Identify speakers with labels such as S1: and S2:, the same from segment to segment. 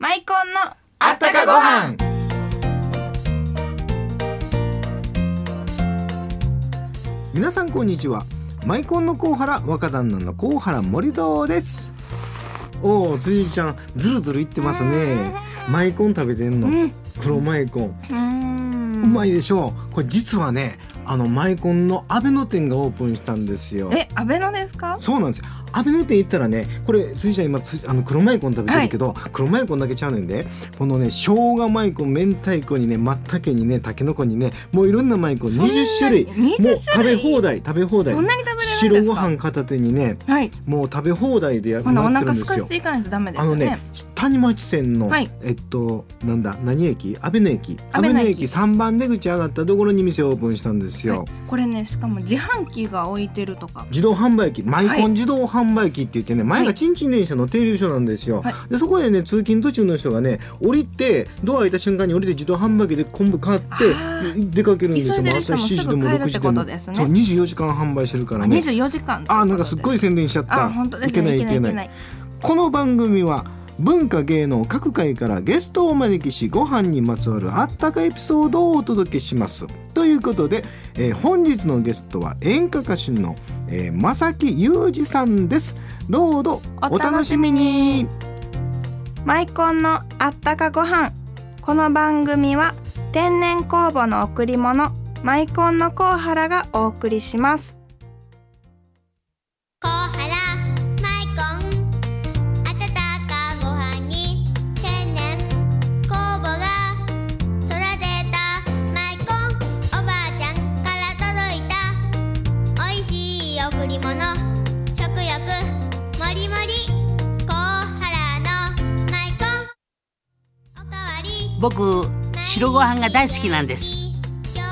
S1: コンの
S2: あったかご飯
S3: 皆さんこんにちはマイコンのコウハラ若旦那のコウハラ森堂ですおおつゆじちゃんずるずるいってますねマイコン食べてんの、
S1: うん
S3: 黒マイコン
S1: うー
S3: うんまいでしょうこれ実はねあのマイコンの阿部の店がオープンしたんですよ
S1: えアベノですか
S3: そうなんですよ阿部の店行ったらねこれついちゃん今つあの黒マイコン食べてるけど、黒マイコンだけちゃうねんでこのね生姜マイコン明太子にね松茸にねたけのこにねもういろんなマイコン
S1: そんな
S3: 20種類
S1: 20
S3: も
S1: 種類
S3: う食べ放題食べ放題
S1: そんなに食べれるんですか
S3: 白ご飯片手にね
S1: はい
S3: もう食べ放題でや
S1: ほなお
S3: なって
S1: 腹
S3: るんで
S1: 空か
S3: す
S1: し
S3: よ
S1: ていかないとダメで
S3: あ
S1: す
S3: の
S1: よね
S3: ね谷町線の、
S1: はい
S3: えっとなんだ何駅阿部の駅
S1: 阿
S3: 阿
S1: 部
S3: 部
S1: の
S3: の
S1: 駅
S3: 駅3番出口上がったところに店をオープンしたんですよ、
S1: はいこれねしかも自販機が置いてるとか
S3: 自動販売機マイ
S1: はい
S3: コン自動販売機って言ってね、前がチンチン電車の停留所なんですよ、
S1: はい
S3: でそこでね通勤途中の人がね降りてドア開いた瞬間に降りて自動販売機で昆布買って
S1: あー
S3: 出かけるんですよ
S1: 急いでる人も
S3: 朝7時でも
S1: すぐ帰る
S3: 6
S1: って
S3: 時で
S1: こと
S3: も
S1: ですね
S3: そう24時間販売してるからね
S1: 24時間
S3: あーなんかすっごい
S1: い
S3: 宣伝しちゃった
S1: あ本当で
S3: い
S1: す
S3: けな
S1: ね
S3: いいけ
S1: い
S3: な
S1: け
S3: い
S1: ない
S3: この番組は文化芸能各界からゲストをお招きしご飯にまつわるあったかエピソードをお届けしますということで、えー本日のゲストは演歌歌手の、えー、正木裕二さんですどうぞお楽しみに
S1: マイコンのあったかご飯この番組は天然酵母の贈り物マイコンのコウハラがお送りします
S4: コハラマイコン温かご飯に天然酵母が育てたマイコンおばあちゃんから届いたおいしい贈り物食欲もりもりコハラのマイコンおかわり
S2: 僕白ご飯が大好きなんです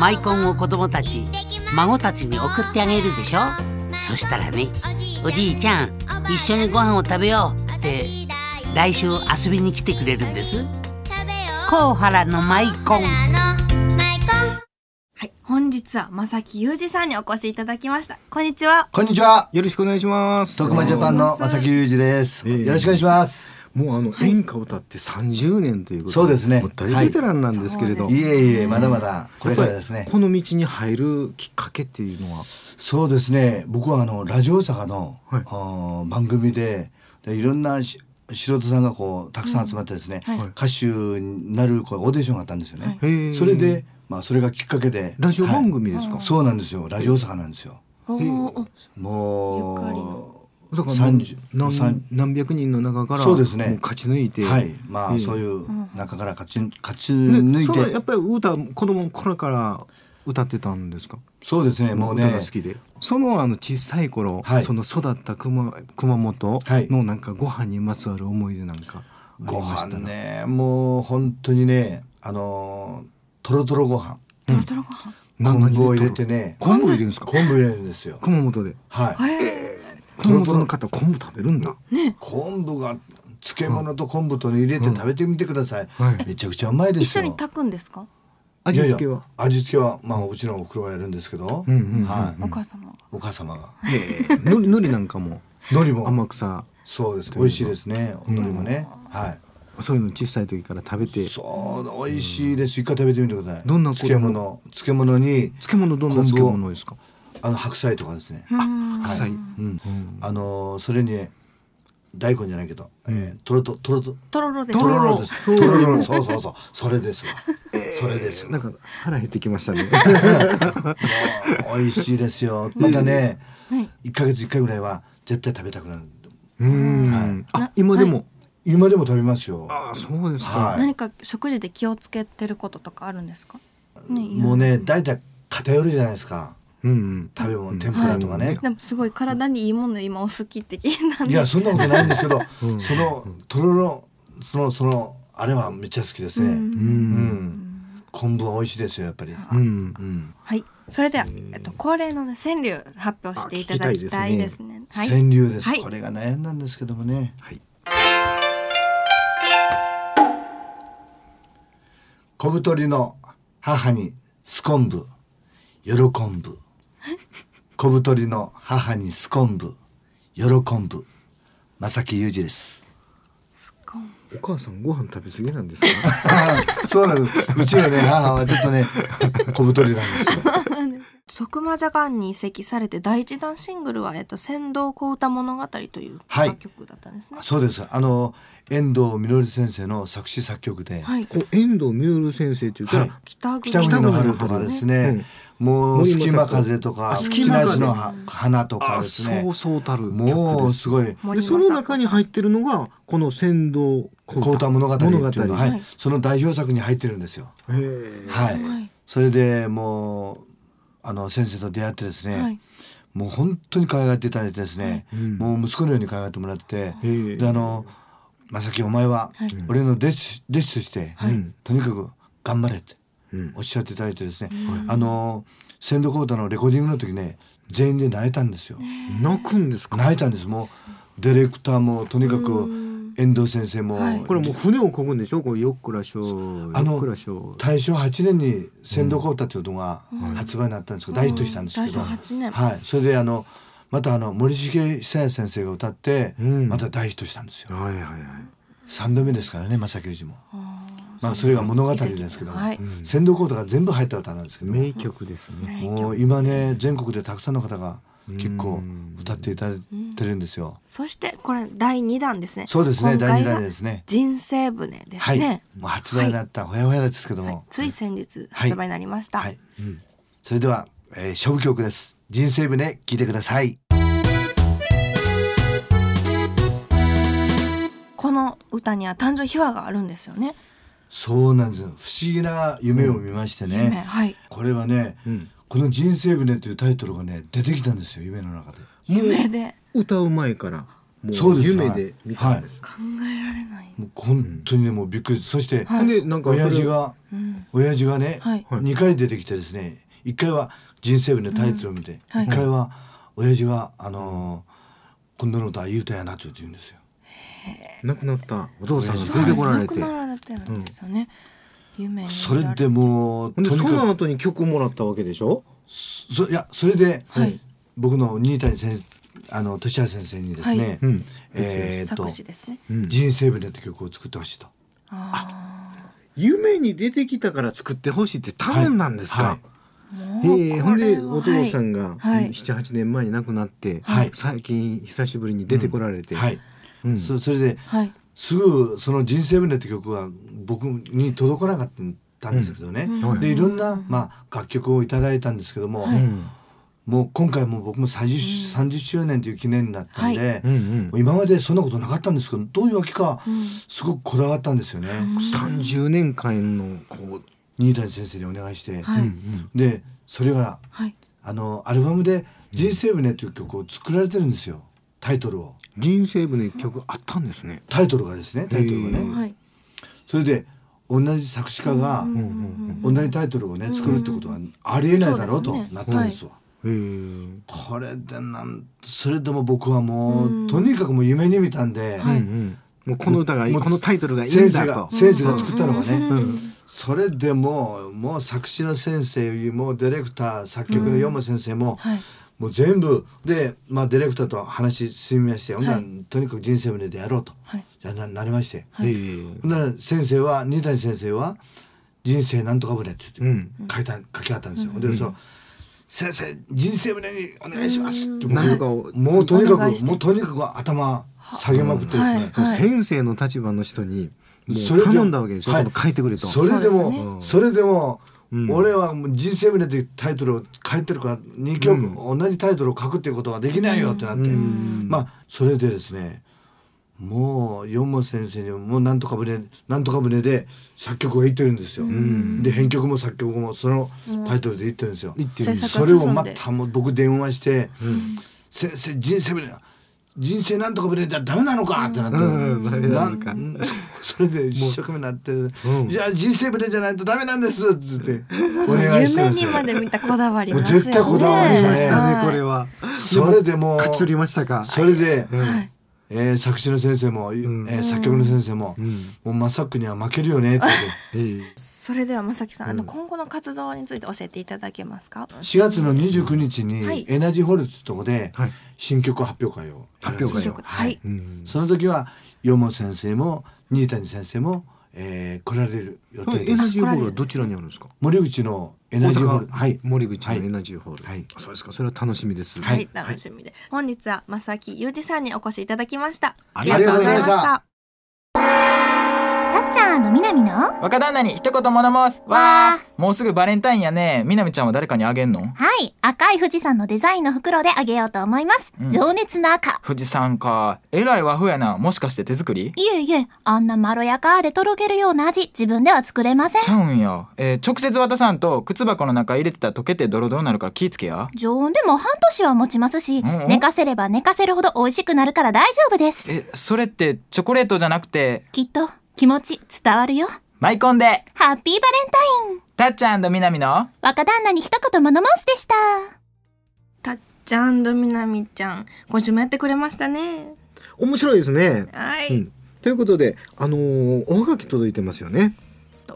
S2: マイコンを子供たち孫たちに送ってあげるでしょそしたらねおじいちゃん一緒にご飯を食べようって来週遊びに来てくれるんですコウハラのマイコン
S1: はい本日は正木裕二さんにお越しいただきましたこんにちは
S5: こんにちは。
S3: よろしくお願いします
S5: 徳間ジャパンの正木裕二です。
S3: ええ
S5: よろしくお願いします。
S3: もうあの演歌を歌って30年ということ
S5: そうですね
S3: もう大ベテランなんですけれど、
S1: はい
S5: えいえ、まだまだこれからです
S3: やっ
S5: ね
S3: ぱり。この道に入るきっかけっていうのは
S5: そうですね。僕はあのラジオ大阪の、
S3: はい
S5: あー番組ででいろんなし素人さんがこうたくさん集まってですね、
S1: うんは
S5: 歌手になるこうオーディションがあったんですよね。
S3: へー
S5: それで、まあそれがきっかけで
S3: ラジオ番組で
S5: は
S3: すか、
S5: いそうなんですよ。ラジオ大阪なんですよ。
S1: おーゆかり
S5: もう
S3: だから何
S5: 30
S3: 何何百人の中から
S5: そうですね
S3: もう勝ち抜いて、
S5: はい、まあ、
S3: ええ
S5: そういう中から勝ち勝ち抜
S3: ね
S5: い
S3: そ
S5: て、
S3: れはやっぱり歌子供の頃から歌ってたんですか
S5: そうですね。もうね
S3: 歌が好、きでそのあの小さい頃、
S5: はい
S3: その育った熊熊本
S5: はい
S3: のなんかご飯にまつわる思い出なんかあり
S5: ご
S3: ました
S5: 飯
S3: ら
S5: ねもう本当にねあのーとろとろご飯
S1: トロトロご飯
S3: な
S5: 昆布を入
S3: 何
S5: れてね
S3: 昆布入れるんですか
S5: 昆布入れるんですよ
S3: 熊本で
S5: はいト
S3: 熊
S5: ロトロ
S3: 本の方昆布食べるんだ
S5: 昆布が漬物と昆布とね入れて食べてみてください、
S3: はい
S5: めちゃくちゃうまいで
S1: 一
S5: す
S1: 緒
S5: よ
S1: に炊くんですか
S3: 味付けはい
S5: やいや味付けはまあうちのおふくろがやるんですけど、
S3: うんうんうん
S5: は
S1: お母様が
S5: いお母様が
S3: のりのりなんかも
S5: 海苔も
S3: 天草
S5: そうです美味しいですね海苔もね、はい
S3: そういうの小さい時から食べて
S5: そう美味しいです一回食べてみてください
S3: どんな
S5: 漬物漬物に
S3: 漬物どんな漬物ですか
S5: あの白菜とかですね、
S3: 白菜、
S5: うんあのーそれに大根じゃないけど、えー、とろととろと
S1: トロロです
S5: とろろです
S3: と
S5: と
S3: ろろ
S5: ろろそうそうそうそれ ですわ、それです
S3: な
S5: わ
S3: んか腹減ってきました ね
S5: もう美味し いですよまたね
S1: はい
S5: 一ヶ月一回ぐらいは絶対食べたくなる
S3: うん、あ今でも、
S5: 今でも食べますよ
S3: あそうですか、
S5: はい
S1: 何か食事で気をつけてることとかあるんですかねいろいろ
S5: もうね大体偏るじゃないですか
S3: うんうん
S5: 食べ物天ぷらとかね、
S1: でもすごい体にいいもの今お好きって聞いたん
S5: い
S1: で
S5: やそんなことないんです けど、そのとろろそのそのあれはめっちゃ好きですねうん、昆布は美味しいですよやっぱり、
S3: うん
S5: うん、
S1: はいそれでは、えっと、恒例のね川柳発表していただきたいですねはい
S5: 川柳です、
S1: はい
S5: これが悩んだんですけどもね
S3: はい
S5: 小太りの母にすこんぶ喜んぶ小太りの母にすこんぶ喜んぶ正木裕二です
S1: 昆
S3: お母さんご飯食べ過ぎなんですか
S5: そうなの。うちのね、母はちょっとね、小太りなんですよ。
S6: 徳間ジャガンに移籍されて第一弾シングルは、えっと、先導小歌物語という
S5: はい
S6: 楽曲だったんですね。
S5: そうです。あの、遠藤みのり先生の作詞作曲で、
S6: はい。
S3: こう遠藤実先生って言ったら、
S5: はい
S6: 北国
S5: 北国の春とかですね、もう
S3: 森
S5: 隙
S3: 昌子
S5: 間風とか、
S3: あ
S5: 地
S3: 隙間風
S5: 梨の花とか
S3: あ
S5: ですね
S3: そう、そうたる曲です
S5: もうすごい、
S6: 森
S3: で
S6: 昌子
S3: その中に入ってるのがこの仙道
S5: こうた物語っていうのは、は
S6: はいい、
S5: その代表作に入ってるんですよ。
S3: へー
S5: はい
S6: はい。
S5: それでもう、あの先生と出会ってですね、
S6: はい
S5: もう本当に可愛がっていただいてですね、
S3: ん
S5: もう息子のように可愛がってもらって、
S3: へえ
S5: であの「まさきお前は
S6: はい
S5: 俺の弟子,、弟子として、
S3: い
S5: とにかく頑張れ」って
S3: うん
S5: おっしゃっていただいてですね、あの仙道コータのレコーディングの時ね全員で泣いたんですよ、
S3: 泣くんですか
S5: 泣いたんですもうディレクターもとにかく遠藤先生も、
S6: はい
S3: これもう船をこぐんでしょこうよっくらしょう
S5: あ
S3: よっ
S5: の
S3: くらしょう
S5: 大正8年に「仙道コータ」というのが発売になったんですけど、大ヒットしたんですけど、
S6: 大正8年
S5: はい、それであのまたあの森重久彌先生が歌って、
S3: うん
S5: また大ヒットしたんですよ。
S3: はいはいはい
S5: 3度目ですからね正木氏も。まあそれが物語ですけども
S6: はい
S5: 仙道コータが全部入った歌なんですけども
S3: 名曲ですね
S5: もう今ね全国でたくさんの方が結構歌っていただいてるんですよ。
S6: そしてこれ第二弾ですね。
S5: そうですね
S6: 今回
S5: 第
S6: が
S5: 二弾ですね。
S6: 人生船で
S5: は
S6: す
S5: い、
S6: ね。
S5: もう発売になったほやほやですけども、
S6: つい先日発売になりました。
S5: はいそれでは、えー、勝負曲です人生船聞いてください
S6: この歌には誕生秘話があるんですよね。
S5: そうなんですよ不思議な夢を見ましてね、
S6: 夢はい。
S5: これはね、
S3: ん
S5: この「人生船」というタイトルがね出てきたんですよ夢の中で。
S6: 夢で
S3: 歌う前からも
S5: そう
S3: う
S5: です
S3: 夢で見たんです
S6: 考えられない。
S5: もう本当にねもうびっくりそして、
S6: はい
S3: でなんかそれ
S5: 親父が、親父がね、
S6: はい
S5: 2回出てきてですね1回は「人生部」のタイトルを見て、
S6: はい
S5: 1回は親父が「あのー今度の歌は言うたやな」と言って言うんですよ。
S3: 亡くなったお父さん
S5: そ
S3: が出てこら
S6: 亡
S3: れて
S6: くなられてるんですよね。夢に
S5: そ
S6: 見
S5: れ
S6: られ
S5: でもうと
S3: で
S5: に
S3: そ
S5: か
S3: の
S5: く
S3: 後に曲もらったわけでしょ
S5: そいやそれで、
S6: はい
S5: 僕の新谷先生あの俊也先生にですね、
S6: はい
S3: うん
S5: えーっと
S6: 作詞ですね。
S5: 「人生船」って曲を作ってほしいと。
S3: 夢に出てきたから作ってほしいって頼んだんですか
S5: はい
S3: へえほんで
S6: も
S3: お
S6: うこれは
S3: 父さんが
S6: はいはい
S3: 78年前に亡くなって
S5: はい
S3: 最近久しぶりに出てこられて
S5: はい
S3: うん
S5: そそれで、
S6: はい
S5: すぐその「人生船」って曲は僕に届かなかったんですけどね、
S3: んはい
S5: でいろんな、まあ、楽曲をいただいたんですけども、
S3: うん
S5: もう今回も僕も 30,、30周年という記念だったんで、
S3: うんうん
S5: もう今までそんなことなかったんですけどどういうわけかすごくこだわったんですよね、
S3: 30年間のこ
S5: 新谷先生にお願いして、
S6: は
S3: う、う
S6: い
S3: ん
S5: でそれが
S6: はい。
S5: あのアルバムで「人生船」という曲を作られてるんですよタイトルを。
S3: うん、人生部の曲あったんですね。
S5: タイトルがですねタイトルがね。
S3: へー
S6: はい。
S5: それで同じ作詞家が同じタイトルをね作るってことはありえないだろうと
S6: そうですね
S5: なったんですわ。
S3: へえ。
S5: これでなんそれでも僕はもうとにかくもう夢に見たんで、
S6: はい
S3: うん。もうこの歌がいい、
S5: もう
S3: このタイトルがいい
S5: 先
S3: んだ
S5: 生が
S3: と。
S5: 先生が作ったのがね、
S3: うん。
S5: それでもうもう作詞の先生よりもディレクター作曲の山先生も、
S6: はい
S5: もう全部で、まあ、ディレクターと話進みまして、ほんなら
S6: は
S5: とにかく人生胸でやろうと、
S6: はい
S5: じゃあななりまして。
S3: へえ。
S5: ほんなら先生は新谷先生は「人生なんとか船」って言って
S3: う
S5: 書いた、書きあったんですよ。でその先生人生船にお願いしますって
S3: なんとか
S5: も
S3: を
S5: うもうとにか
S6: お願いし
S5: く
S6: て
S5: もうとにかく頭下げまくってですね、
S6: はい
S3: 先生の立場の人に。も
S5: それ
S3: う
S5: で
S3: 頼んだわけでしょ。
S5: はい
S3: この書いてくれと。
S5: それでもそれでも、
S3: ん
S5: 俺はもう人生船ってタイトルを書いてるから2曲、同じタイトルを書くっていうことはできないよってなって、まあそれでですねもう四門先生にももうなんとか船なんとか船で作曲を言ってるんですよ。で編曲も作曲もそのタイトルで言ってるんですよ。
S3: 言ってるんで
S6: 制
S3: す
S5: そ
S6: 作
S5: れ
S6: が
S5: を
S6: 進ん
S5: ま
S6: で
S5: たもう僕電話して「先生人生船人生なんとか船じゃダメなのか!」ってなって。
S3: うん、誰な
S5: なん
S3: か。
S5: ん それで一生懸命なってる
S3: うん
S5: 「じゃあ人生ぶれじゃないとダメなんです」っつ ってお願いして
S6: 夢
S5: です
S6: にまで見たこだわりますよね。
S5: もう絶対こだわりま
S3: ま
S5: し
S3: したた
S5: ね
S3: ね、これは。
S5: それでもう
S3: 勝ち取りましたか。
S5: それで
S3: うん
S6: はい
S5: えー作詞の先生も、
S3: ん
S5: えー作曲の先生も、
S3: うん
S5: もうまさくには負けるよねって
S3: えー
S6: それではまさきさん、あの今後の活動について教えていただけますか。
S5: 4月の29日
S6: はい
S5: にエナジーホールってとこで
S3: はい
S5: 新曲発表会をやるんです
S3: 発表会
S5: よ
S3: を
S6: は
S5: はいい、
S3: うん
S5: その時はよも先生も新谷先生も、えー来られる予
S3: こ
S5: 定
S3: れエ
S5: で
S3: ナ
S5: す
S3: ジーホールはどちらにあるんですか
S5: 森口のエナジーホール
S3: 大阪
S5: はい
S3: 森口のエ
S5: はい
S3: ナジーホール、
S5: はい
S3: そうですかそれは楽しみです、
S5: は
S6: はいい、楽しみで、本日はまさきゆうじさんにお越しいただきました。
S7: あ
S5: りがとうございました
S6: ありがとうござい
S4: たっちゃんみなみのは
S7: 若旦那に一言物申す
S4: わ
S7: もうすぐバレンタインやねみなみちゃんは誰かにあげんの
S4: い赤い富士山のデザインの袋であげようと思います、
S7: うん
S4: 情熱の赤
S7: 富士山かえらい和風やなもしかして手作り
S4: いえいえあんなまろやかでとろけるような味自分では作れません
S7: ちゃうんや、えー直接渡さんと靴箱の中入れてたら溶けてドロドロになるから気ぃつけや
S4: 常温でも半年は持ちますし、
S7: うんうん
S4: 寝かせれば寝かせるほど美味しくなるから大丈夫です
S7: えそれってチョコレートじゃなくて
S4: きっと気持ち伝わるよ
S7: マイコンで
S4: ハッピーバレンタイン
S7: たっちゃんみなみの
S4: 若旦那に一言物申すでした
S6: たっちゃんとみなみちゃん、今週もやってくれましたね。
S3: 面白いですね、
S6: はい。
S3: うん、ということであのーおはがき届いてますよね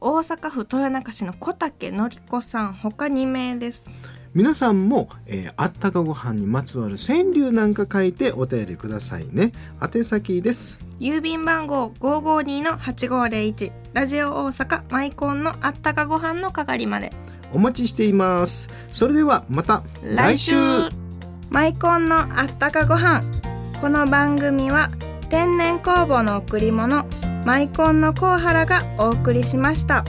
S6: 大阪府豊中市の小竹のりこさん、他2名です。
S3: 皆さんも、えーあったかご飯にまつわる川柳なんか書いてお便りくださいね宛先です
S6: 郵便番号552の8501ラジオ大阪マイコンのあったかご飯の係まで
S3: お待ちしていますそれではまた
S1: マイコンのあったかご飯この番組は天然酵母の贈り物マイコンのコウハラがお送りしました。